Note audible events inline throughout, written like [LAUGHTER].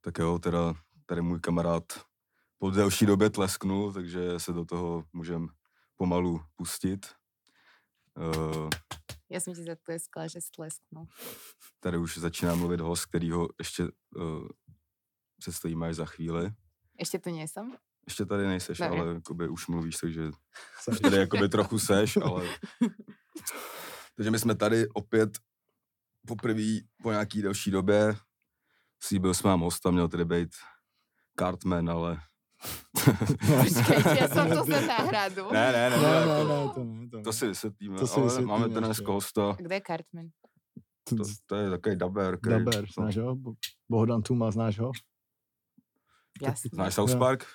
Tak jo, teda tady můj kamarád po delší době tlesknul, takže se do toho můžeme pomalu pustit. Eh, Já jsem ti zatleskla, že stlesknu. Tady už začíná mluvit host, kterýho ještě uh, představíme až za chvíli. Ještě tu [LAUGHS] nejsem? Ještě tady nejseš, Ne. ne. ale jakoby už mluvíš, takže Seš. tady jakoby trochu seš, [LAUGHS] ale... Takže my jsme tady opět poprvé po nějaký delší době. Slíbil jsem vám hosta, měl tady být Cartman, [LAUGHS] ale... Počkejte, já [LAUGHS] jsem to za náhradu. ne, ne, ne, ne, Ne, ne, jako, ne, to ne. To, ne. to si vysvětlíme, No, To si ale vysvětlíme máme tady ještě. dneska hosta, Kde je Cartman? to, to, to je takový daber, který... no, Daber, znáš ho? Bo- Bohdan Tuma, znáš ho? Jasně. Znáš South Jo. Park?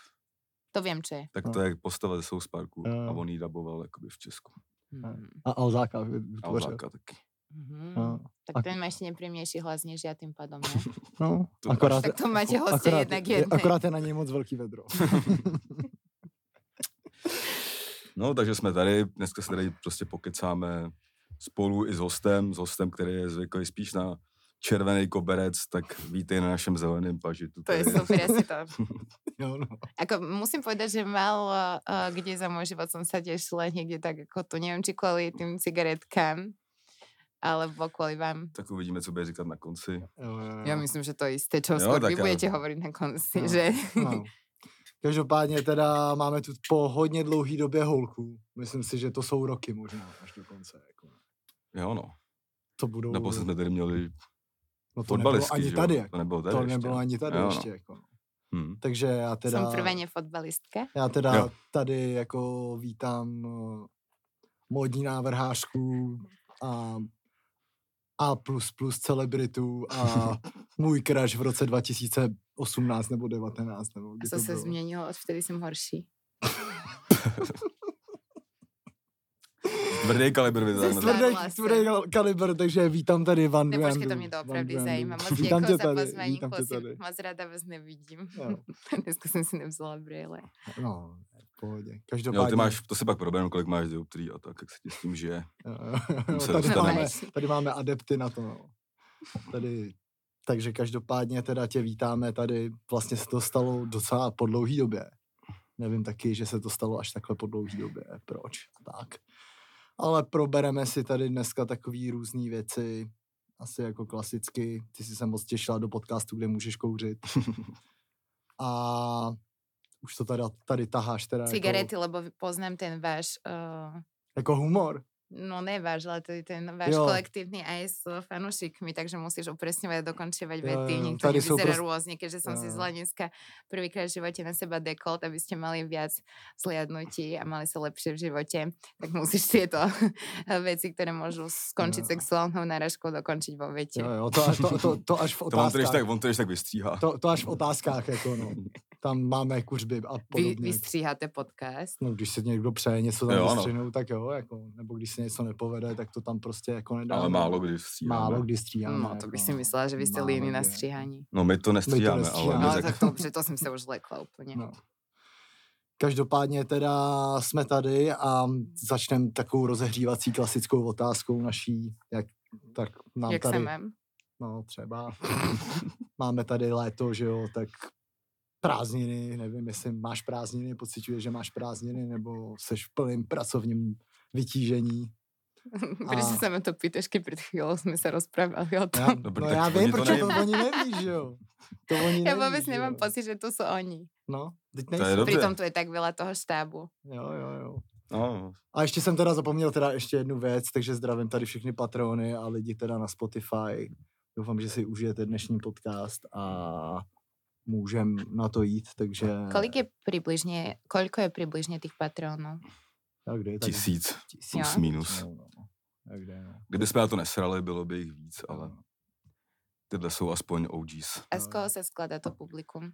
To vím, či je. Tak No. to je postava ze South Parku Jo. a on ji daboval jakoby v Česku. Mhm. A Alzáka vy- vytvořil. Alzáka taky. Mhm. No, Tak ten má ještě nepříjemnější hlas než já tím pádem, ne? [LAUGHS] no To- akorát, Tak to máte hosti akorát, jednak je- jednej. akorát je na něj moc velký vedro. No, takže jsme tady, dneska se tady prostě pokecáme spolu i s hostem, s hostem, který je zvyklý spíš na červený koberec, tak vítej na našem zeleném pažitu. To je tady. super, asi to. [LAUGHS] jo, no. Ako, musím povedať, že mal a, a, kde za môj život som sa tešila niekde tak ako tu. Neviem, či kvôli tým cigaretkám, alebo kvôli vám. Tak uvidíme, co bude říkat na konci. Jo, jo, jo. Ja myslím, že to isté, čo Jo, skôr tak vy ale- budete hovoriť na konci, No. že... No. Každopádně teda máme tu po hodně dlouhý době holku. Myslím si, že to jsou roky možná až do konce. Jako. Jo, no. To budou... Nebo jsme tady měli no to nebylo fotbalistky, ani že tady. Jo? Jako. To nebylo tady To ještě. nebylo ani tady Jo, no. ještě. Jako. Hmm. Takže já teda... Som prvene fotbalistka. Já teda Jo. tady jako vítám eh, módní návrhářku a A++ celebritu [LAUGHS] a můj crush v roce 2018 nebo 19 nebo A kdy co to sa bylo. zmenilo, odvtedy som horší. Tvrdý kalibr Ze vytáhneme. své- Tvrdý, Souhlasím. tvrdý kalibr, takže vítám tady Van Ne, počkej, to Duandu, mě Van doopravdy Duandu. zajímá. [LAUGHS] Moc Vítám děkuji za tě tady, pozvání, vítám tě kluci. tady. Moc ráda vás nevidím. Jo, [LAUGHS] Dneska jsem si nevzala brýle. No, v pohodě. Jo, Každopádně... ty máš, to se pak problém, kolik máš dioptrií a tak, jak se ti s tím žije. [LAUGHS] jo, jo, Tam jo, se No, tady, dostaneme. máme, tady máme adepty na to. No. Tady, takže každopádně teda tě vítáme tady. Vlastně se to stalo docela po dlouhý době. Nevím taky, že se to stalo až takhle po dlouhý době. Proč? A tak. Ale probereme si tady dneska takové různé věci. Asi jako klasicky. Ty jsi se moc těšila do podcastu, kde [LAUGHS] můžeš kouřit. A už to tady, tady taháš teda jako, Cigarety, lebo poznám ten váš, uh, jako humor. no ne váš, ale to je ten váš Jo. jo. kolektívny aj s fanušikmi, takže musíš upresňovať a dokončovať Jo, vety. jo, Niekto tady sú nevyzerá prost- rôzne, keďže som si Jo. zla dneska prvýkrát v živote na seba dekolt, aby ste mali viac zliadnutí a mali sa lepšie v živote, tak musíš [LAUGHS] tieto veci, ktoré môžu skončiť Jo. sexuálnou náražkou, dokončiť vo vete. Jo, jo, to, až, to, to, to až v To on to když otázkách. tak, on to když tak vystříhá. To, to až v otázkách, jako no. Tam máme kuřby a Vy, podobně. vy stříháte podcast. No, když se někdo přeje něco tam Jo, ano. vystřihnout, tak jo, jako, nebo když se něco nepovede, tak to tam prostě jako nedá. Ale málo kdy vystříháme. Málo kdy stříháme. No, to bych si jako, myslela, že vy jste málo líní kdy, na jako. stříhání. No my to nestříháme, ale nestříháme. my No, No, zak- tak to, že to jsem se už lekla úplně. No. Každopádně teda jsme tady a začneme takovou rozehřívací klasickou otázkou naší, jak tak nám Jak tady, se mám? no třeba, máme tady léto, že jo, tak prázdniny, nevím, jestli máš prázdniny, pociťuješ, že máš prázdniny, nebo seš v plném pracovním vytížení. Proč A- se mi to pýtaš, když před chvílou jsme se rozprávali o Já, tom. No, no, pr- no tak já oni vím, to protože to neví. oni neví, že jo. To oni Já neví, vůbec že nemám jo. pocit, že to jsou oni. No, teď je nejsou. Dobře. Přitom tu je tak byla toho štábu. Jo, jo, jo. no, A ještě jsem teda zapomněl teda ještě jednu věc, takže zdravím tady všechny patrony a lidi teda na Spotify. Doufám, že si užijete dnešní podcast a můžem na to jít, takže... Kolik je přibližně, koliko je přibližně těch patronů? Tak, kde je tady? tisíc, Tisíc. plus Jo. minus. No, no. Tak, kde, no. Kdyby jsme na to nesrali, bylo by jich víc, ale tyhle jsou aspoň OGs. A Eh. z koho se skládá to publikum?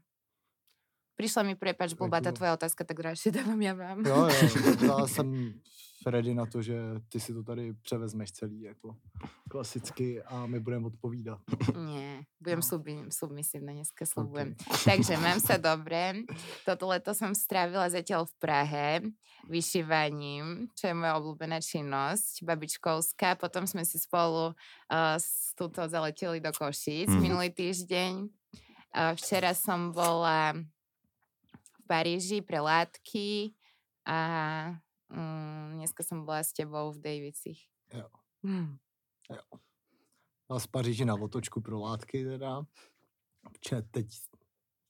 Přišla mi, prepač, blbá ta Jako- tvoje otázka, tak radši dávám já vám. Jo, [LAUGHS] jo, já jsem ready na to, že ty si to tady převezmeš celý jako klasicky a my budeme odpovídat. Nie, budem No. no. submi- submisívna, dneska slubujem. Takže mám sa dobre. Toto leto som strávila zatiaľ v Prahe vyšívaním, čo je moja obľúbená činnosť, babičkovská. Potom sme si spolu uh, s tuto zaleteli do Košic Mhm. minulý týždeň. A včera som bola v Paríži pre látky a mm, dneska som bola s tebou v Davicích. Jo. Hm. A z Paříže na otočku pro látky teda. Če teď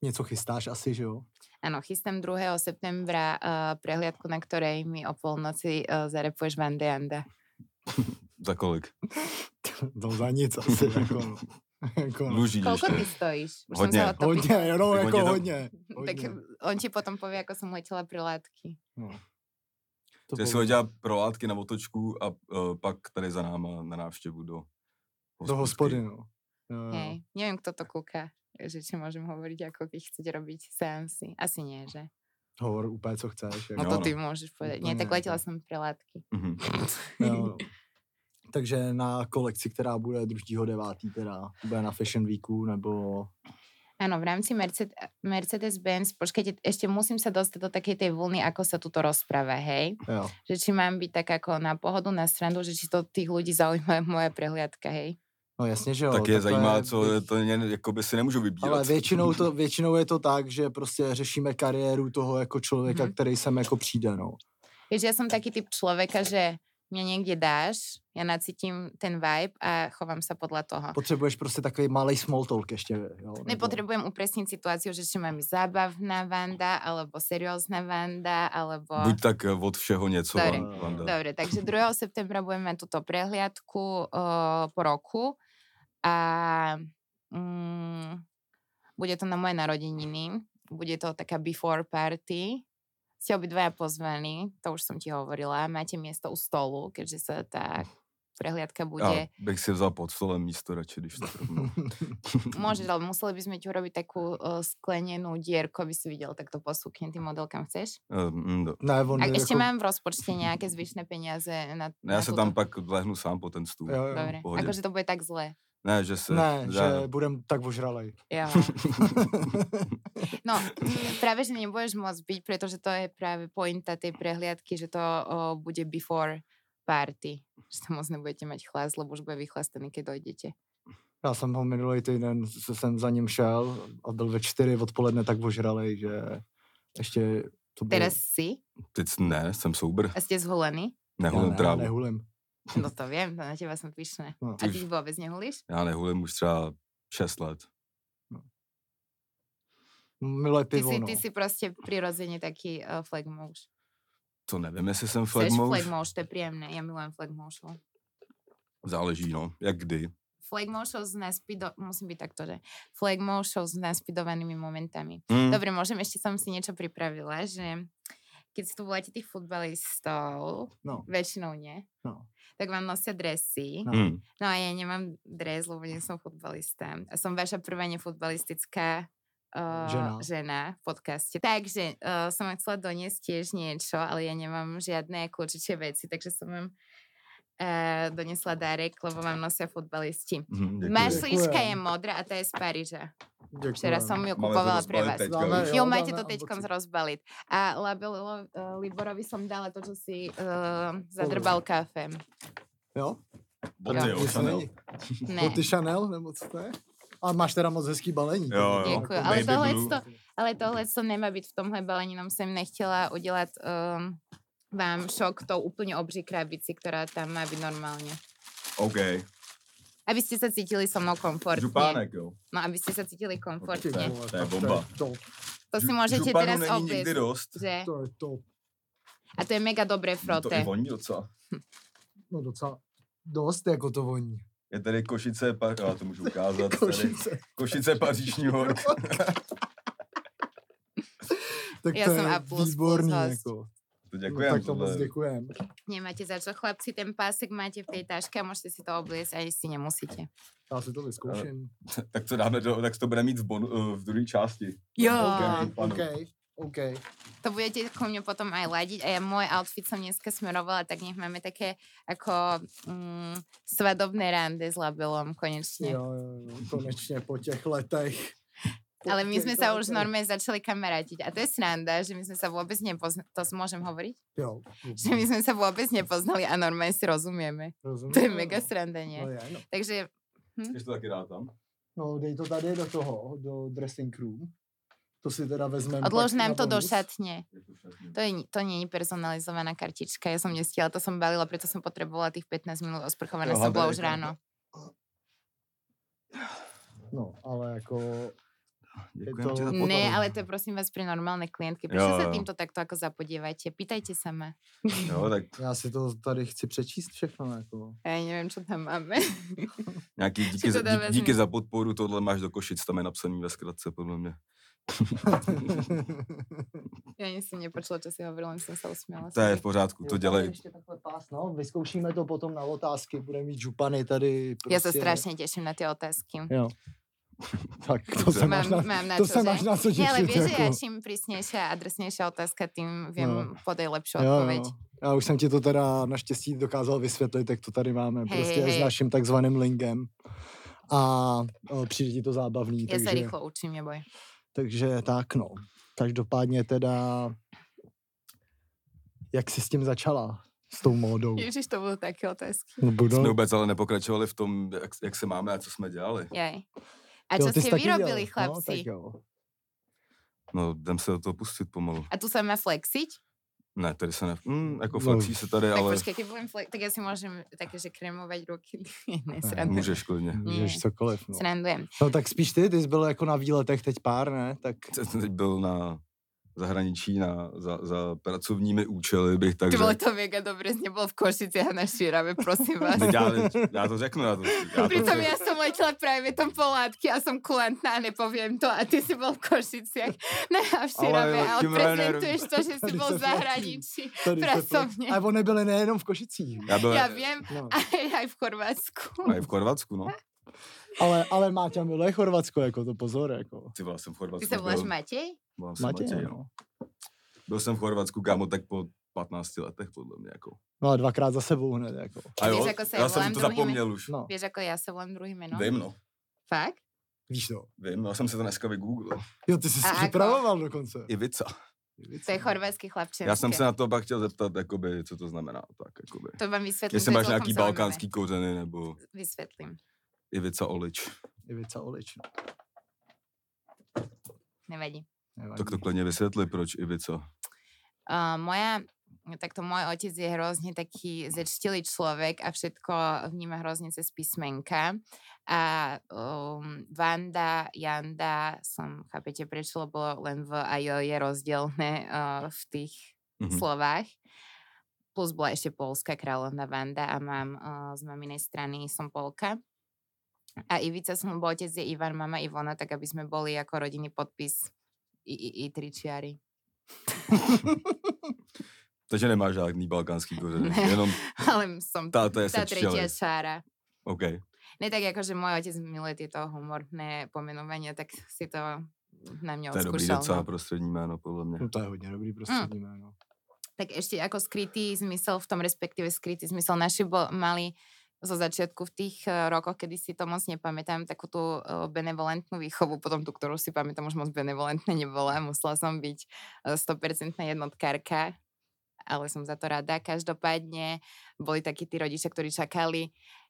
něco chystáš asi, že jo? [LAUGHS] Áno, chystám 2. septembra uh, prehliadku, na ktorej mi o polnoci uh, zarepuješ Van de Anda. Za kolik? No za nic asi, jako, [LAUGHS] no. jako no. Dlužíš Koľko ty ještě. stojíš? Už Hodně. som sa o to pýtala. Hodně, no, Tak hodně jako to- hodně. [LAUGHS] Tak hodně. on ti potom povie, ako som letela pri látky. No. To Že si bylo- hodila prolátky na otočku a uh, pak tady za náma na návštěvu do do hospodky. hospody, no. Jo, jo. Hej, neviem, kto to kúka, že či môžem hovoriť, ako keď chcete robiť seansy. Asi nie, že? Hovor úplně, co chceš. No to Jako. Jo, no. ty môžeš povedať. Nie, Úplne, tak letela úplne. som pre látky. Mhm. No, Jo, jo. [LAUGHS] Takže na kolekci, která bude 2.9. teda, bude na Fashion Weeku, nebo Áno, v rámci Merced- Mercedes-Benz, počkajte, ešte musím sa dostať do takej tej vlny, ako sa tuto rozpráva, hej? jo. Že či mám byť tak ako na pohodu, na strandu, že či to tých ľudí zaujíma [LAUGHS] moje prehliadka, hej? No jasně, že jo. Tak je to zajímá, co je věč- to, jen, jakoby si nemůžu vybírat. Ale většinou, to, většinou je to tak, že prostě řešíme kariéru toho jako člověka, Mhm. mm-hmm. který sem jako přijde, no. Vieš, ja som taký typ človeka, že mňa niekde dáš, ja nacítim ten vibe a chovám sa podľa toho. Potřebuješ prostě takový malý small talk ještě, jo. nebo- Nepotrebujem upresniť situáciu, že či mám byť zábavná Vanda, alebo seriózna Vanda, alebo... [LAUGHS] Buď tak eh, od všeho něco. Dobrý. Van- Vanda. Dobre, takže 2. septembra budeme mať túto prehliadku uh, po roku a mm, bude to na moje narodeniny. Bude to taká before party. Ste obidvaja pozvaní, to už som ti hovorila. Máte miesto u stolu, keďže sa tá prehliadka bude... Já bych si vzal pod stolem místo radši, když to [LAUGHS] rovnou. [LAUGHS] Môžeš, ale museli by sme ti urobiť takú uh, sklenenú dierku, aby si videl takto posúkne tým model, kam chceš. Ehm, do- [LAUGHS] Ne, on A je ešte jako- mám v rozpočte nejaké zvyšné peniaze na, Ne, Já na se No, túto- tam pak lehnu sám po ten stůl. Jo, jo. Dobre, pohode. akože to bude tak zle. Ne, že se... Ne, já- že budem tak [LAUGHS] ožralej. Jo. No, práve, že nebudeš môcť byť, pretože to je práve pointa tej prehliadky, že to o, bude before party. Že tam moc nebudete mať chlas, lebo už bude vychlastaný, keď dojdete. Já jsem ho minulý týden, se jsem za ním šel a byl ve čtyři odpoledne tak ožralej, že ještě to bylo... Teraz si Teď ne, jsem soubr. a ste zholení. Nehulím ne, trávu. Nehulím. No to viem, na teba som pyšná. No. A ty vôbec nehulíš? Já nehulím už třeba 6 let. Milé Ty pivo, si, no. ty si proste prirodzene taký uh, flagmouš. To nevím, jestli jsem Chceš flagmouš. flagmouš, to je príjemné. Ja milujem flagmoušov. Záleží, no. Jak kdy. Flagmoušov s naspido... Musím byť takto, že... Flagmoušov s naspidovanými momentami. Hm, Hmm. Dobre, môžem, ešte som si niečo pripravila, že keď si tu voláte tých futbalistov, no. väčšinou nie, No. tak vám nosia dresy. No. No. hm. no a ja nemám dres, lebo nie som futbalista. A som vaša prvá nefutbalistická uh, žena. Žena. žena v podcaste. Takže uh, som vám chcela doniesť tiež niečo, ale ja nemám žiadne kľúčiče veci, takže som vám uh, donesla darek, lebo vám nosia futbalisti. Hmm. Hm, děkuji. Máš slička je Ďakujem. modrá a tá je z Paríža. Děkujem. Včera som ju Máme to kupovala rozbalé pre vás. teďka Dáme, už. jo. Jo, máte dáme to teďkom unboxing. rozbalit. A Labelo, uh, Liborovi som dala to, čo si uh, zadrbal kafem. Jo? Boty, jo, Jestli Chanel. není- Ne. Boty Chanel, nebo co to je? A máš teda moc hezký balení. Jo, jo. Děkuju, Jako- ale Baby tohle blue. to, ale tohle to nemá být v tomhle baleninom. Jsem nechtěla udělat um, vám šok tou úplně obří krabici, která tam má být normálně. OK. Aby ste sa cítili so mnou komfortne. Župánek, jo. No, aby ste sa cítili Ty komfortne. vole, To je tak to je bomba. top, To si Žu- môžete županu teraz není nikdy obliecť, dost. No že? To je top. A to je mega dobré To i frote. voní docela. No docela dost, jako to voní. Je tady Košice, pa... já to můžu ukázat. Tady. Košice. Košice, Paříž, New York. Tak Já to jsem je A plus plus výborný, host. jako. To no, děkujem. tak to moc děkujem. Nemáte za čo, chlapci, ten pásek máte v tej taške a môžete si to obliecť, ani si nemusíte. Já si to vyzkouším. tak to dáme do, tak to bude mít v, bon, eh, v druhé části. Jo. Ok. OK, OK, OK. To budete ku mne potom aj ladiť a ja môj outfit som dneska smerovala, tak nech máme také ako mm, svadobné rande s labelom konečne. Jo, jo, jo, konečně po těch letech. Po Ale my těch sme sa už letech. normálne začali kamarátiť a to je sranda, že my sme sa vôbec nepoznali, to s- môžem hovoriť? [LAUGHS] Jo, Že my sme sa vôbec nepoznali a normálne si rozumieme. rozumím. To je mega sranda, No nie? je, no. Takže Když to taky dá tam. No, dej to tady do toho, do dressing room. To si teda vezmeme. Odlož nám to do šatne. To, je, to není personalizovaná kartička, ja som nestihla, to som balila, preto som potrebovala tých 15 minút, osprchovaná Jo, som bola hádej, už chápem. ráno. No, ale jako... Děkujeme to- ti za [LAUGHS] Ne, podporu. Ne, ale to je prosím vás pri normálnej klientke. Prečo Jo, sa jo. týmto takto ako zapodievate? Pýtajte sa ma. Jo, tak Já si to tady chci přečíst všechno, jako. Ja neviem, čo tam máme. nějaký díky, to za, dá dí, vezmi. díky za podporu, tohle máš do košic, tam je napsaný ve zkratce, podle mě. ja ani som nepočula, čo si hovorila, len som sa usmiala. To je sorry. v pořádku, [LAUGHS] to Jo, dělej. tady Ještě takhle pás, no, vyzkoušíme to potom na otázky, budeme mít župany tady. Prostě. Ja sa strašne teším na tie otázky. [LAUGHS] Jo. tak to se Mám, máš na, mám na to čo, se že? máš na co těšit. Nie, ale vieš, že ja jako. čím prísnejšia a adresnejšia otázka, tým viem No. podať lepšiu Jo, jo. odpoveď. Já už jsem ti to teda naštěstí dokázal vysvětlit, jak to tady máme, Hej, prostě hej, s hej. naším takzvaným lingem. A o, přijde ti to zábavný. Ja takže, sa rýchlo učím, neboj. takže tak, no. Každopádně teda, jak jsi s tím začala? S tou módou? Ježiš, to budú také otázky. No, budou- Jsme vůbec ale nepokračovali v tom, jak, jak se máme a co jsme dělali. Jaj. A Jo, čo ty jsi ste taky vyrobili, dělal, No, tak chlapci? jo. No, jdem se do toho pustit pomalu. A tu sa má flexiť? Ne, tady se ne... Mm, jako No. flexí se tady, Tak ale počkej, keď budem flex, tak ja si môžem také, že kremovať ruky. [LAUGHS] ne, Ne, srandujem. můžeš klidně. Můžeš Hmm. Ne. cokoliv, no. Srandujem. no. tak spíš ty, ty jsi byl jako na výletech teď pár, ne? Tak Jsem teď byl na zahraničí na, za, za pracovními účely, bych tak Ty řekl. vole, to mega dobre, jsi nebol v Košiciach na Šírave, prosím vás. [LAUGHS] Teď Já, já to řeknu, já to, já to Pritom řeknu. ja som letela práve tom polátky a som kulantná a nepoviem to a ty si bol v Košiciach na Šírave Ale a jakým odprezentuješ to, že si Tady [LAUGHS] bol sa v zahraničí. tady se fle- Pracovně. A oni byli nejenom v Košicích. Já byl Ja [LAUGHS] viem, No. aj, aj v Chorvátsku. a i v Chorvatsku, no. Ale, ale Máťa miluje Chorvatsko, jako to pozor, jako. Ty byla jsem v Chorvatsku. Ty sa voláš byl- Matej? volám se Matěj, Matěj, no. no. Byl jsem v Chorvatsku, kámo, tak po 15 letech, podle mě, jako. No a dvakrát za sebou hned, jako. A Víš, jo, jako se já jsem volám to druhým- zapomněl už. No, Vieš, ako ja sa jako volám druhý meno? Vím, no. Fakt? víš to. Vím, no, já jsem se to dneska vygooglil. Jo, ty jsi A se jako- připravoval dokonce. Ivica. To je chorvatský chlapčenské. Já jsem se na to pak chtěl zeptat, jakoby, co to znamená, tak, jakoby. To vám vysvetlím. Jestli to je máš celkom nějaký zaujímavé. balkánský kořeny, nebo Vysvetlím. Ivica Olič. Ivica Olič. no, Nevadí. nevadí. Tak to klidně vysvětli, proč Ivica. Uh, moja, tak to môj otec je hrozne taký zečtilý človek a všetko vníma hrozne cez písmenka. A um, Vanda, Janda, som, chápete prečo, lebo len v a j je rozdielne [LAUGHS] uh, v tých Mhm. slovách. Plus bola ešte polská kráľovna Vanda a mám uh, z maminej strany som Polka. A Ivica som, lebo otec je Ivan, mama Ivona, tak aby sme boli ako rodinný podpis i, i, i tričiari. [LAUGHS] Takže nemáš žádný balkánský kořeny, Ne. [LAUGHS] jenom Ale som táta je tá tretia sečtělý. čára. OK. Ne tak ako, že môj otec miluje tieto humorné pomenovania, tak si to na mňa To je dobrý odskúšal. docela No. prostřední jméno, podle mě. [LAUGHS] No to je hodně dobrý prostředí jméno. Tak ešte ako skrytý zmysel, v tom respektíve skrytý zmysel naši bol, mali zo začiatku v tých eh, rokoch, kedy si to moc nepamätám, takú tú eh, benevolentnú výchovu, potom tú, ktorú si pamätám, už moc benevolentná nebola, musela som byť eh, 100% jednotkárka, ale som za to rada. Každopádne boli takí tí rodičia, ktorí čakali,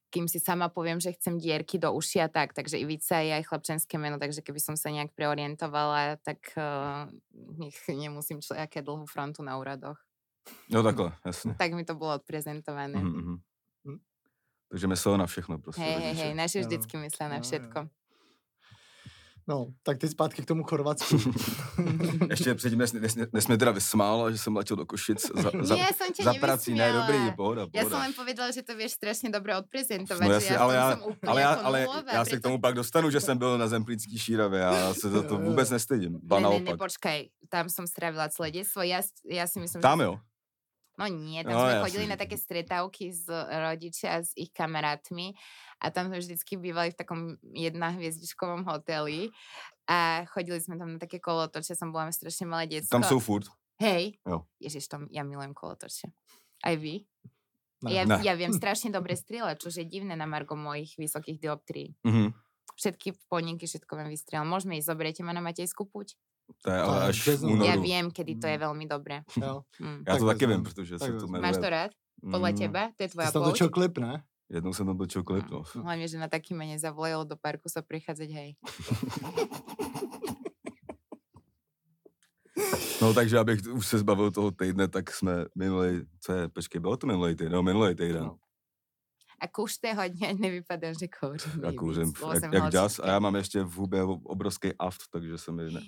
kým si sama poviem, že chcem dierky do uši a tak. Takže Ivica je aj chlapčenské meno, takže keby som sa nejak preorientovala, tak uh, nech nemusím človeka dlhú frontu na úradoch. No takhle, [LAUGHS] jasně. Tak mi to bolo odprezentované. Mhm, Mm-hmm. mhm. Hm. Takže myslel na všechno prostě. Hej, hej, rodiče. hej, naše Jo, vždycky myslia na jo, jo. všetko. No, tak teď zpátky k tomu Chorvatsku. [LAUGHS] Ještě předtím, než, než, než mě teda vysmála, že jsem letěl do Košic za, [LAUGHS] za, Nie, som ťa za prací. Ne, nevysmiala. dobrý, pohoda, Ja som pohoda. len povedala, že to vieš strašne dobre odprezentovať. No že jasne, ja v ale tom ja, som úplne ale, já, ako ale nulová, já se k preto- tomu pak dostanu, že jsem byl na Zemplínský šíravě, já se za to [LAUGHS] Jo, jo. vůbec nestydím, ba Ne, ne, ne, naopak. počkaj, tam som strávila celé detstvo. Ja, s- ja si myslím, Tam že... jo, No nie, tam No, sme jasne. chodili na také stretávky s rodičia a s ich kamarátmi a tam sme vždycky bývali v takom jednohviezdičkovom hoteli a chodili sme tam na také kolotoče, som bola strašne malé detsko. tam jsou furt. Hej, Jo. Ježiš, to, m- ja milujem kolotoče. Aj vy? Ne. Ja, Ne. ja [LAUGHS] viem strašne dobre strieľať, čo je divné na margo mojich vysokých dioptrií. Mhm. Všetky poninky, všetko viem vystrieľať. Môžeme ísť, zoberiete ma na Matejskú púť? To je ale Ale až bez v ohledu. Ja únoru. viem, kedy to je Mm. veľmi dobré. jo. Mm. Já to Tak taky vezmu. vím, protože Tak se to vezmu. jmenuje. Máš to rád? Podľa Mm. teba? To je Ty tvoja jsi tam točil pouť? klip, ne? Jednou jsem tam točil klip, no. Hlavne, že na taký mene zavolalo do parku sa prichádzať, hej. No takže abych t- už se zbavil toho týdne, tak jsme minulý, co je, počkej, bylo to minulý týden, no minulý týden. No. A koušte hodně, nevypadám, že kouřím. Já nejvíc. kouřím, Bolo som jak, jak holčička. jazz a já mám ještě v hubě ob- obrovský aft, takže se mi ne,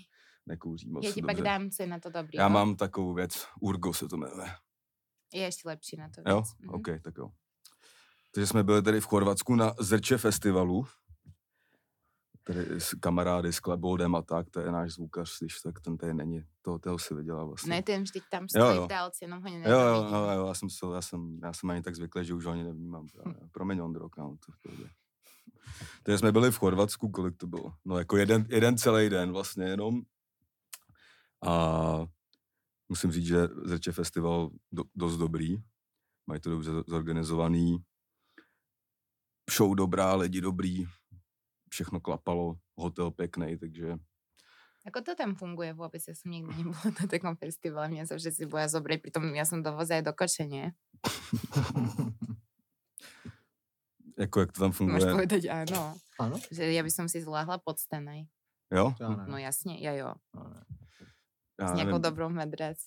nekouří moc Ja ti pak dobře. dám, co je na to dobrý. já no. mám takovou věc, Urgo se to jmenuje. Je ešte lepší na to Jo? vec. Mhm. OK, tak jo. Takže jsme byli tady v Chorvatsku na Zrče festivalu. Tady s kamarády, s Kleboldem a tak, to je náš zvukař, když tak ten tady není, toho, toho si vydělá vlastně. Ne, ten vždyť tam Jo, stojí jo. v dálce, jenom ho Jo, jo, nenávidím. jo, jo, já jsem, se, já jsem, já jsem ani tak zvyklý, že už ho ani nevnímám. Právě. Promiň Ondro, kámo, to v pohodě. Takže jsme byli v Chorvatsku, kolik to bylo? No jako jeden, jeden celý den vlastně jenom. A musím říct, že Zrče festival do, dost dobrý. Mají to dobře zorganizovaný. Show dobrá, lidi dobrý. Všechno klapalo, hotel pěkný, takže Ako Jako to tam funguje vôbec? Ja som nikdy nebola na takom festivale, mňa sa všetci boja zobrať, pritom ja som dovoza aj do kočenie. jako jak to tam Môžeš funguje. povedať áno. ano? Že ja by som si zláhla pod stanaj. Jo? Já ne. No jasne, ja jo. já ne. Já S nejakou nevím. dobrou medrec.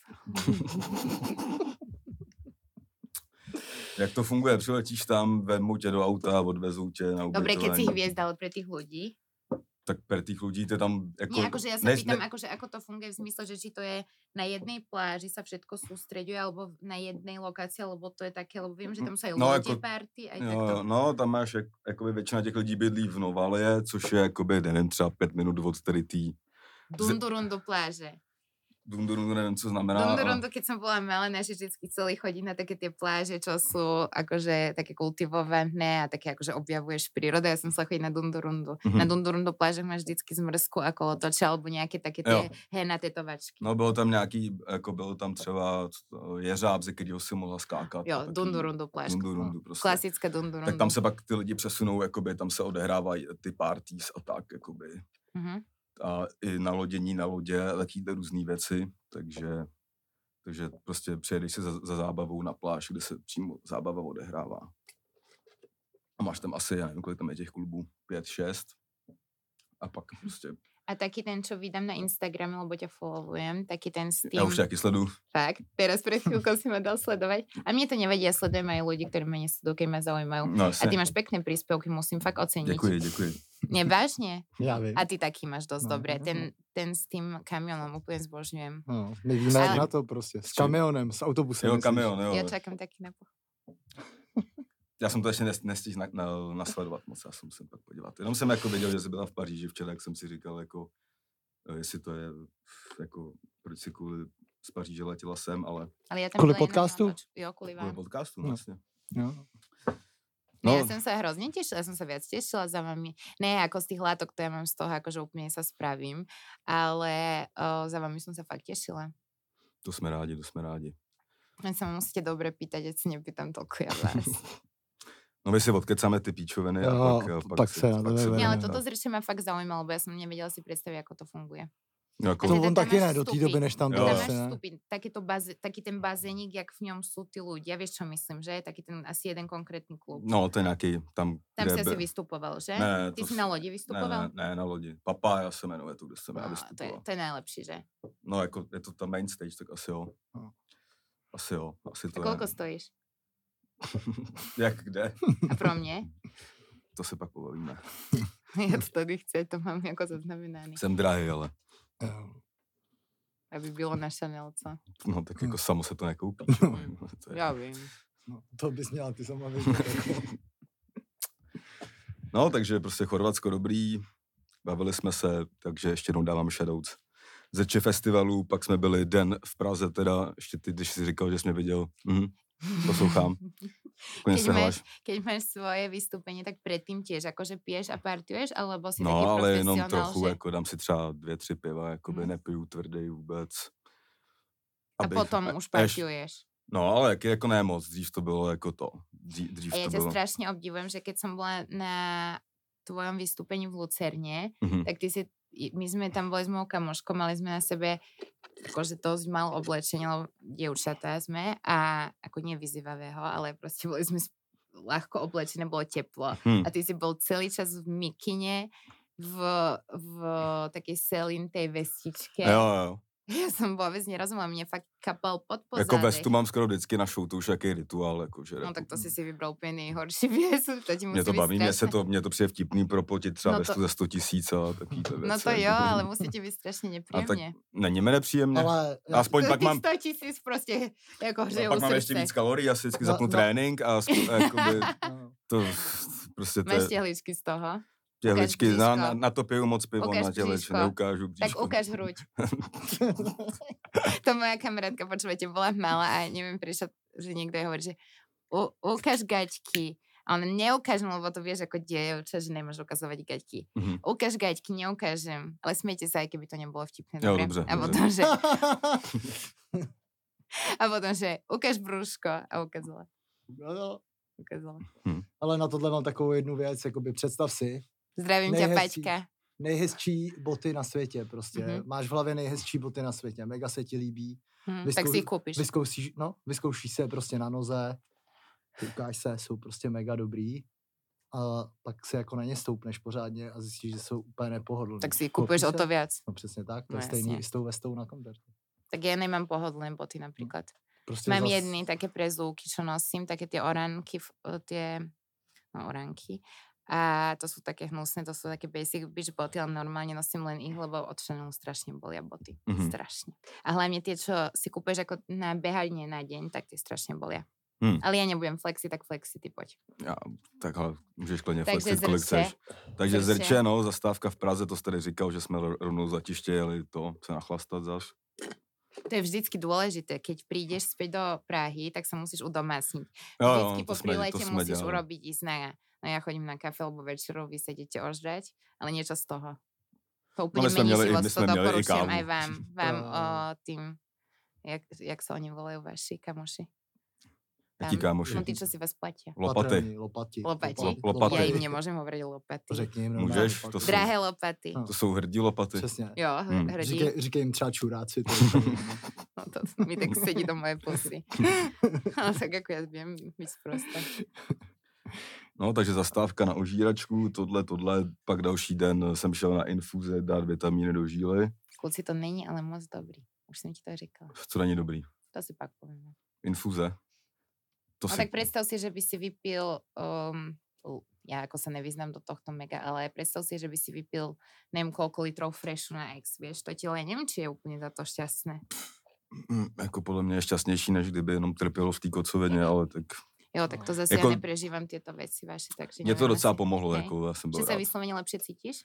Jak to funguje? Přiletíš tam, vemou tě do auta, odvezou tě na ubytování. Dobre, keď si hviezda, ale pre tých ľudí. Tak pre tých lidí to tam... Jako, Nie, akože ja sa ne- pýtam, ne- akože ako jako to funguje v zmysle, že či to je na jednej pláži sa všetko sústreďuje, alebo na jednej lokácii, alebo to je také, lebo viem, že tam sú aj No, ľudia ako- party, aj Jo, takto. jo, no, tam máš, jak, jakoby většina těch lidí bydlí v Novalie, což je, jakoby, nevím, třeba pět minut od tady tý Dundurundu pláže. Dundurundu, nevím, co znamená. ale- Dundurundu, keď som bola malá, naši vždycky chceli chodiť na také tie pláže, čo sú akože také kultivované a také akože objavuješ prírodu. Ja som sa chodiť na Dundurundu. Mhm. Na Dundurundu plážach máš vždycky zmrzku a kolotoče alebo nejaké také tie hena tetovačky. No, bylo tam nějaký, jako bylo tam třeba co to, jeřáb, ze kterého si mohla skákat. Jo, Taky Dundurundu pláž. Dundurundu prostě. Klasická Dundurundu. Tak tam se pak ty lidi přesunou, jakoby, tam se odehrávají ty parties a tak, jakoby. Mhm. a i na lodění na lodě letíte různé věci, takže, takže prostě přijedeš se za, za zábavou na pláž, kde se přímo zábava odehrává. A máš tam asi, já nevím, kolik tam je těch klubů, pět, šest. A pak prostě, A taký ten, čo vydám na Instagrame, lebo ťa followujem, taký ten s já tým, už taky sledu. fakt, teraz pred chvíľkou si ma dal sledovať. A mne to nevadí, ja sledujem aj ľudí, ktorí ma nesledujú, keď ma zaujímajú. No, A jasně. ty máš pekné príspevky, musím fakt oceniť. Děkuji, děkuji. Nie, vážne? Já vím. A ty taký máš dosť No, dobré. no, Ten, ten s tým kamionom úplne zbožňujem. No, my víme jak Ale- na to prostě. čím? S kamionem, s autobusem. Jo, myslíš? kamion, jo. Ja jo. čakám taký na pochod. Já jsem to ještě nes- nestihl na, na, nasledovat moc, já jsem se pak podívat. Jenom jsem jako věděl, že jsi byla v Paříži včera, jak jsem si říkal, jako, eh, jestli to je, jako, proč si kvůli z Paříže letěla sem, ale Ale ja tam bola Kvôli inak na podcastu? otoč- Jo, kvôli kvůli vám. podcastu, no. No. vlastně. Jo. No. Ja No. som sa hrozne tešila, ja som sa viac tešila za vami. Ne, ako z tých látok, to ja mám z toho, akože úplne sa spravím. Ale o, za vami som sa fakt tešila. To jsme rádi, to jsme rádi. Len sa ma musíte dobre pýtať, ať si nepýtam toľko [LAUGHS] ja vás. No my si odkecáme ty píčoviny a Jo, pak, eh, pak, pak si- se pak nadveme. budeme Nie, ale Ne, toto tak. zrče ma fakt zaujímalo, lebo ja som nevedela si predstaviť, ako to funguje. No, jako, Že To tam on taky máš ne, do té vstupy. doby, než tam Jo. to Tam Tam máš asi No, ne. vstupy, taký, to bazé, taký ten bazénik, jak v ňom sú tí ľudia, vieš čo myslím, že? Taký ten asi jeden konkrétny klub. no to je nějaký tam, Tam kde si asi by- vystupoval, že? Ne, Ty to si s- na lodi ne, ne, vystupoval? ne, na lodi. Papája se jmenuje to, kde jsem já No, to, je, vystupoval. to je najlepší, že? No jako je to ta main stage, tak asi jo. No. Asi jo, asi A to koľko je. stojíš? Jak kde? A [LAUGHS] pro mne? To se pak pobavíme. ja to tady chci, to mám jako zaznamenaný. Jsem drahý, ale Jo. Aby bylo na Chanelce. no tak jako Hm. samo se to nekoupí. Hm. to je. Ja vím. No, to bys měla ty sama vědět. jako. No takže prostě Chorvatsko dobrý, bavili jsme se, takže ještě jednou dávám Shadows. Zrče festivalu, pak jsme byli den v Praze, teda ještě ty, když jsi říkal, že jsi mě viděl, mhm, poslouchám. Úplně Keď se máš- hláš. [LAUGHS] Keď máš svoje vystúpenie, tak predtým tiež akože piješ a partiuješ, alebo si No, taký ale jenom profesionál, trochu, že... jako dám si třeba dvě, tři piva, jakoby Mhm. nepiju tvrdý vůbec. A potom a- a už ješ- partiuješ. No, ale jak, jako ne moc, dřív to bylo jako to. Dřív, dřív A ja to ťa bylo. strašne obdivujem, že keď som bola na tvojom vystúpení v Lucerne, Mhm. tak ty si, i- my sme tam boli s mojou kamoškou, mali sme na sebe akože dosť malo jako prostě oblečenie, lebo dievčatá sme a ako nie vyzývavého, ale proste boli sme s- ľahko oblečené, bolo teplo. Hm. A ty si bol celý čas v mikine, v, v takej selintej vestičke. [LAUGHS] Jo, jo. Ja som vôbec nerozumela, mne fakt kapal pod pozadek. Jako vestu mám skoro vždycky našou, to už je jaký rituál. Jako, že No repu- tak to si si vybral úplně nejhorší [LAUGHS] věc, to ti musí Mě to být baví, mně se strašné. to, mně to přijde vtipný propotit třeba No no to- vestu za 100 tisíc a takovýhle věci. No to jako. jo, ale musí ti být strašně nepříjemně. Není mi nepříjemně. Ale No, já- Aspoň pak mám, No, 100 tisíc prostě jako hřeju pak mám srdce. ještě víc kalorií, já si vždycky No, zapnu no. trénink a [LAUGHS] sp- jakoby, no, to prostě to Máš je těhličky z toho. těhličky. Na, na, bříško. na to piju moc pivo, Ukaž na těhličky, bříško. neukážu Tak bříško. ukáž hruď. No. to moja kamarátka, počúvajte, bola malá a neviem prečo, že niekto jej hovorí, že u, ukáž gaťky. A on neukážem, lebo to vieš ako dievča, že nemôžeš ukazovať gaťky. Mhm. Ukáž gaťky, neukážem. Ale smiete sa, aj keby to nebolo vtipné. Jo, dobre? dobře, a, dobře. [LAUGHS] potom, že, [LAUGHS] a potom, že ukáž brúško. A ukázala. no, no. ukázala. Ale na tohle mám takovou jednu věc, jakoby představ si, Zdravím ťa, Nejhezčí. Paťka. nejhezčí boty na světě prostě. Mhm. Mm-hmm. Máš v hlavě nejhezčí boty na světě, mega se ti líbí. Hm, Vy tak si zkou- ich kúpiš. Vyzkoušíš, no, vyzkoušíš se prostě na noze, koukáš se, jsou prostě mega dobrý. A pak se jako na ně stoupneš pořádně a zjistíš, že jsou úplně nepohodlné. Tak si ich kúpiš o to viac. No přesně tak, to No je stejný jasně. i s tou vestou na koncertu. Tak ja nemám pohodlné boty napríklad. Hm. Prostě Mám zas- jedny také prezúky, čo nosím, také tie oranky, v- e, tie, no oranky. A to sú také hnusné, to sú také basic beach boty, ale normálne nosím len ich, lebo od Chanelu strašne bolia boty. Mhm. Mm-hmm. Strašne. A hlavne tie, čo si kúpeš ako na behanie na deň, tak tie strašne bolia. Hm. Ale ja nebudem flexi, tak flexi ty poď. Já, takhle můžeš klidně Takže flexit, kolik zrče. chceš. Takže Zrče. zrče, no, zastávka v Praze, to jsi tady říkal, že jsme ro- rovnou zatiště jeli to, se nachlastat zaš. To je vždycky dôležité. Keď prídeš späť do Prahy, tak sa musíš udomácniť. Jo, jo, Vždycky to po jsme, to prilete jsme musíš dělali. urobiť ísť na... No ja chodím na kafe, lebo večeru vy sedíte ožrať, ale niečo z toho. To No, my úplne sme mení měli i- život, my to sme měli i doporučujem kávu. aj [LAUGHS] vám. Vám Jo, jo, o jo. tým, jak, jak sa oni volajú vaši kamoši. Jaký Tam. kámoši? No tí, čo si vás platia. Lopaty. Patrní, Lopati. Lopati. Lop- lopaty. Ja im nemôžem hovoriť lopaty. Řekni jim no, Můžeš, normálně to lopaty. jsou- Drahé lopaty. No. To jsou hrdí lopaty. Přesně. Jo, Hm. hm. hrdí. Říkej, říkej jim třeba [LAUGHS] čuráci. to je úplně jedno. No to mi tak sedí do mojej pusy. Ale tak jako ako ja viem byť sprostá. No, takže zastávka na ožíračku, tohle, tohle, pak další den jsem šel na infuze dát vitamíny do žíly, Kluci, to není ale moc dobrý. Už jsem ti to říkala. co není dobrý. To si pak povíme. Infuze. To No tak predstav si, že by si vypil, um, l- ja ako sa nevyznám do tohto mega, ale predstav si, že by si vypil neviem koľko litrov freshu na ex, vieš, to ti len neviem, či je úplne za to šťastné. Mm, jako podle mě je šťastnější, než kdyby jenom trpělo v té kocovině, ale tak Jo, tak to zase Jako- ja neprežívam tieto veci vaše, takže mě to neviem docela asi. pomohlo, Hej. jako já jsem byl Že sa rád. vyslovene lepšie cítiš?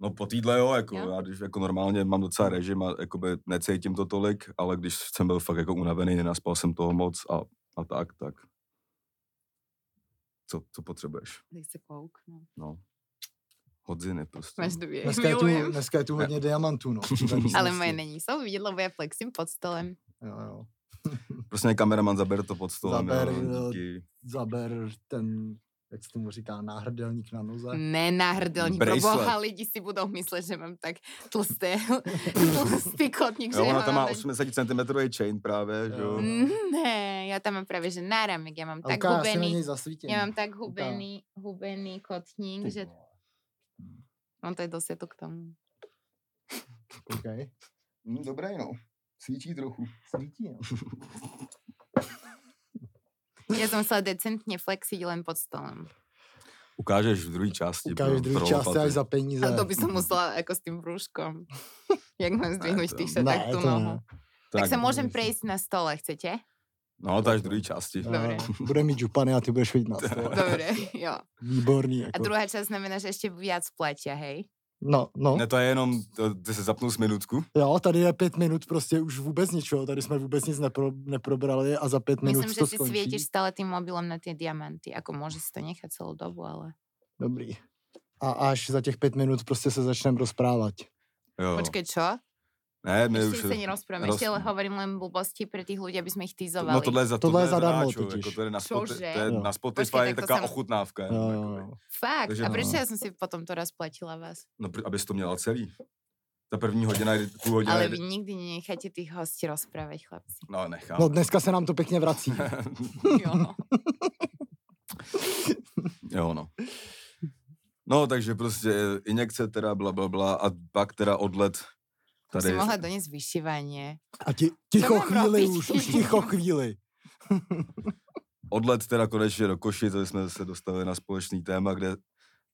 No po týdle jo, jako Jo. já když jako normálně mám docela režim a jakoby necítím to tolik, ale když jsem byl fakt jako unavený, nenaspal jsem toho moc a, a tak, tak. Co, co potřebuješ? Nech sa kouknúť. No. Hodziny prostě. Máš dvě, Dneska je, tu, milujem. dneska je tu hodně diamantů, no. [LAUGHS] Ale moje není, som videla, lebo ja flexím pod stolem. Jo, jo. Prostě mě kameraman zaber to pod stolem. Zaber, jo, jo. díky. Zaber ten, jak se tomu říká, náhrdelník na noze. Ne, na hrdelník, pro Bracelet. boha, [LAUGHS] lidi si budou myslet, že mám tak [LAUGHS] tlusté, tlustý kotník, že Jo, ona ho tam mám má na- 80 cm chain právě, že jo. Jo. Mm-hmm, Ne, já tam mám právě, že náramek, já mám A tak ukáž, já si na hubený, něj zasvítím. já mám tak hubený, hubený kotník, že on to je dosvětu k tomu. Okay. Mm, Dobré, no. Svíčí trochu. Svítí, [LAUGHS] no. Já jsem musela decentně flexit len pod stolem. Ukážeš v druhé části. Ukážeš pro- druhý pro část lopaty. až za peníze. A to by som musela jako s tím brúškom. [LAUGHS] Jak mám zdvihnout to- v tých šatách tú nohu. Tak, tak se můžem nechci. prejsť na stole, [LAUGHS] chcete? No, to až v druhé části. No, Dobré. Bude mít župany a ty budeš chodit na stole. Dobre, jo. Výborný. A Jako. druhá časť znamená, že ešte viac platia, hej? No, no. Ne, to je jenom, to, ty se zapnul s minutku. Jo, tady je pět minut prostě už vůbec ničeho. Tady jsme vůbec nic nepro, neprobrali a za pět minut Myslím, že to si skončí. svietiš stále tým mobilom na tie diamanty. Ako môžeš si to nechať celú dobu, ale... Dobrý. A až za těch pět minut prostě se začneme rozprávat. Jo. Počkej, čo? Ne, my už... no, Ešte sa nerozprávame, ešte roz- ale hovorím len blbosti pre tých ľudí, aby sme ich týzovali. No tohle je za Tohle je zadarmo zadáčo, totiž. Jako to je na, Spotify, Cože? to je Jo. na Spotify Počkej, tak to taková jsem- ochutnávka. jako Jo, Jenom, jo, jakoby. jo. Fakt? Takže a no. prečo ja som si potom to rozplatila vás? No, pr- abys to měla celý. Ta první hodina, jde- půl hodina... Ale jde- vy nikdy nenecháte tých hostí rozprávať, [LAUGHS] chlapci. No, nechám. [LAUGHS] [LAUGHS] No dneska se nám to pěkně vrací. Jo. Jo, no. No, takže prostě injekce teda bla, bla, bla a pak teda odlet Tady... Si tady. mohla doniesť vyšívanie. A ti, ticho mám chvíli robiť? už, už ticho chvíli. Odlet teda konečně do Košic, tady jsme se dostali na společný téma, kde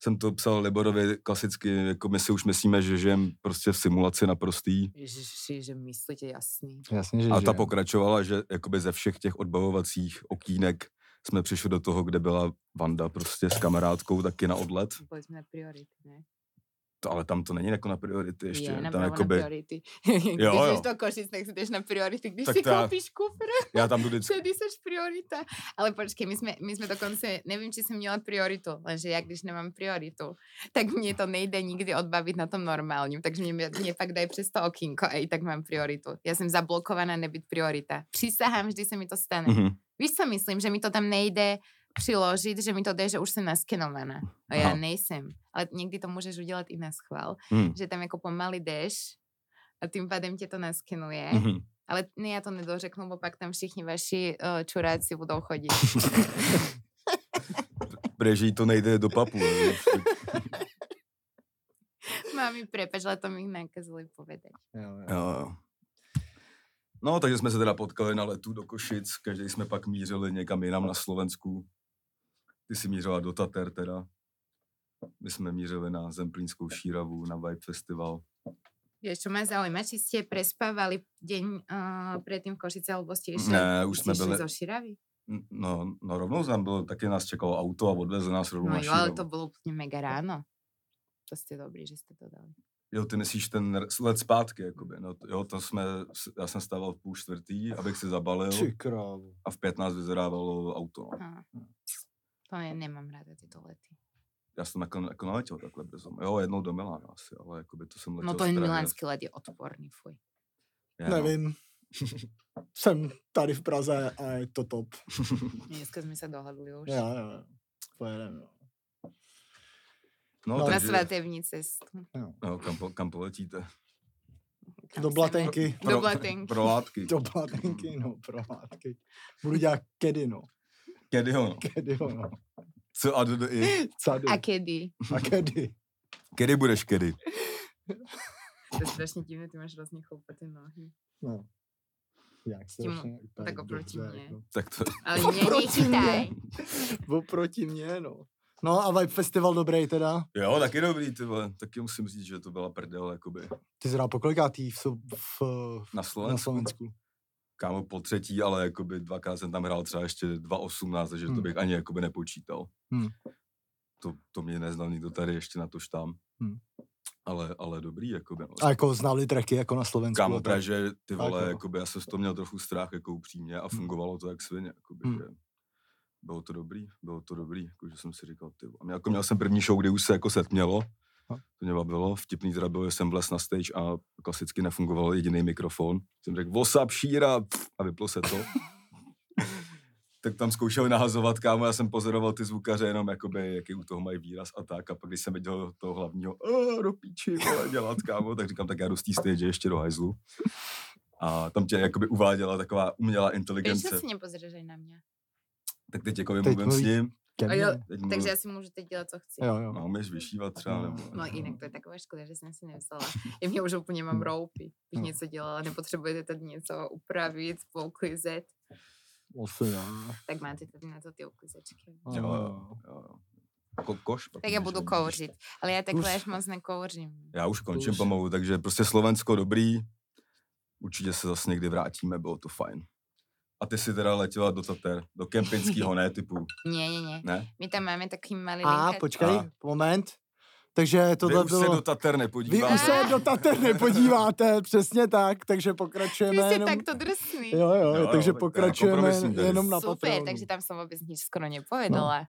jsem to psal Liborovi klasicky, jako my si už myslíme, že žijem prostě v simulaci naprostý. Ježiši, že myslíte jasný. Jasně, že A ta žijeme. pokračovala, že jakoby ze všech těch odbavovacích okýnek jsme přišli do toho, kde byla Vanda prostě s kamarádkou taky na odlet, Boli sme na priority, ne? to, ale tam to není jako na priority ještě. Je, na, tam právo na jakoby, priority. Jo, Jo, [LAUGHS] když jo. ideš do Košic, tak si ideš na priority. Když Tak si to já- koupíš kufr, já tam jdu [LAUGHS] vždycky. vtedy seš priorita. Ale počkej, my sme, my sme dokonce, nevím, či som měla prioritu, lenže ja, když nemám prioritu, tak mne to nejde nikdy odbavit na tom normálním, takže mne, mne fakt dají přes to okýnko a i tak mám prioritu. Ja som zablokovaná nebyť priorita. Přísahám, vždy se mi to stane. Mhm. Víš, co myslím, že mi to tam nejde přiložit, že mi to jde, že už jsem naskenovaná. A já Aha. nejsem. Ale někdy to můžeš udělat i na schvál, Mhm. že tam jako pomaly jdeš a tím pádem tě to naskenuje. Mm-hmm. Mhm. Ale ne, já to nedořeknu, bo pak tam všichni vaši uh, čuráci budou [LAUGHS] chodit. Protože jí to nejde do papu. no, jo. Mami, prepač, ale to mi nakazili povedať. Jo, jo. Jo, jo. No, takže jsme se teda potkali na letu do Košic, každý jsme pak mířili někam jinam na Slovensku. Ty jsi mířila do Tater teda. My jsme mířili na Zemplínskou šíravu, na Vibe Festival. Vieš, čo ma zaujíma, či ste prespávali deň uh, predtým v Košice, alebo ste išli, Ne, už ste jsme išli byli- zo Širavy? N- No, no rovnou tam bylo, taky nás čekalo auto a odvezli nás rovnou No na jo, ale šíravu. to bolo úplne mega ráno. To ste dobrý, že ste to dali. Jo, ty myslíš ten r- let zpátky, jakoby. No, t- jo, to jsme, s- já jsem stával v půl čtvrtý, abych se zabalil Ty krávo. a v patnáct vyzerávalo auto. no. Aha. To ne, nemám ráda tyto lety. Já jsem jako, jako naletěl takhle brzo. Jo, jednou do Milána asi, ale jakoby to jsem letěl No to je z Prahy. milánský let je odporný, fuj. Je, no. Nevím. [LAUGHS] Jsem tady v Praze a je to top. Dneska jsme se dohodli už. Já nevím. Pojedem. no. No, Na Na takže, svatební cestu. no, kam, po- kam [LAUGHS] poletíte? Kam Do chceme. Blatenky. Do Blatenky. Pro látky. Do Blatenky, no, pro látky. Budu dělat kedy, no. Kedy ho, no. Kedy, no. Co a do, do, i- Cady. A kedy? A kedy. Kedy budeš kedy? To je strašně divné, ty máš hrozně choupaté nohy. No. Jak se Tím- začne úplně tak oproti dobře, mně. jako. Tak to, Ale mě Oproti nechytaj. Oproti mě, no. No a Vibe Festival dobrý teda. jo, taky dobrý, ty vole. Taky musím říct, že to byla prdel, jakoby. Ty zrá po kolikátý v, Sou- v, eh, Na na Slovensku. Slovensku? kámo po třetí, ale jakoby dvakrát jsem tam hrál třeba ještě 2.18, takže hmm. Hmm. to bych ani jakoby nepočítal. Hmm. To, to mě neznal nikdo tady ještě na tož tam. Hmm. Ale, ale dobrý, jakoby. No. A jako znali tracky jako na Slovensku. a Kámo, tak. právě, že ty tak vole, jo. Hm. jakoby, já jsem z toho měl trochu strach, jako upřímně, a fungovalo to jak svině, jakoby, Hmm. že bylo to dobrý, bylo to dobrý, jakože jsem si říkal, ty vole. A mě- jako měl jsem první show, kdy už se jako setmělo, Aha. to mě bavilo, vtipný teda bylo, že jsem vles na stage a klasicky nefungoval jediný mikrofon. Jsem řekl, WhatsApp, šíra, pf, a vyplo se to. tak tam zkoušeli nahazovat, kámo, já jsem pozoroval ty zvukaře jenom, jakoby, jaký u toho mají výraz a tak. A pak, když jsem viděl toho hlavního, "A, do píči, vole, dělat, kámo, tak říkám, tak já jdu z té stage ještě do hajzlu. A tam tě jakoby uváděla taková umělá Víš, inteligence. že si nepozřežej na mě. Tak teď jako Teď mluvím s mluví- ním. Ke A jo, mně. Teď mluvím, Takže Takže... já si můžu teď dělat, co chci. Mm. Jo, jo. No, umíš vyšívat třeba, nebo... No jinak to je taková škoda, že jsem si nevzala. Já mě už úplně mám roupy, když No. něco dělala, nepotřebujete tady něco upravit, pouklizet, Asi, jo. tak máte tady na to ty uklizečky. Jo, jo, jo. Ko, koš, pak Tak já můžeš budu hodit. kouřit, ale já takhle Už. až moc nekouřím. Já už končím už- pomalu, takže prostě Slovensko dobrý. Určitě se zase někdy vrátíme, bylo to fajn. A ty si teda letěla do Tater, do kempinského, ne, typu, Ne, ne, ne. ne? My tam máme takový malý A linka- počkej, A. moment. Takže Vy tohle už se bylo... do Tater Vy nepodíváme. už se do Tater nepodíváte, přesně tak, takže Vy pokračujeme jste jenom... takto drsný. Jo, jo, Jo, jo, jo, takže tak to je pokračujeme kompromisní tady. jenom na Super, Patreonu. takže tam jsem vůbec nic skoro nepovedala.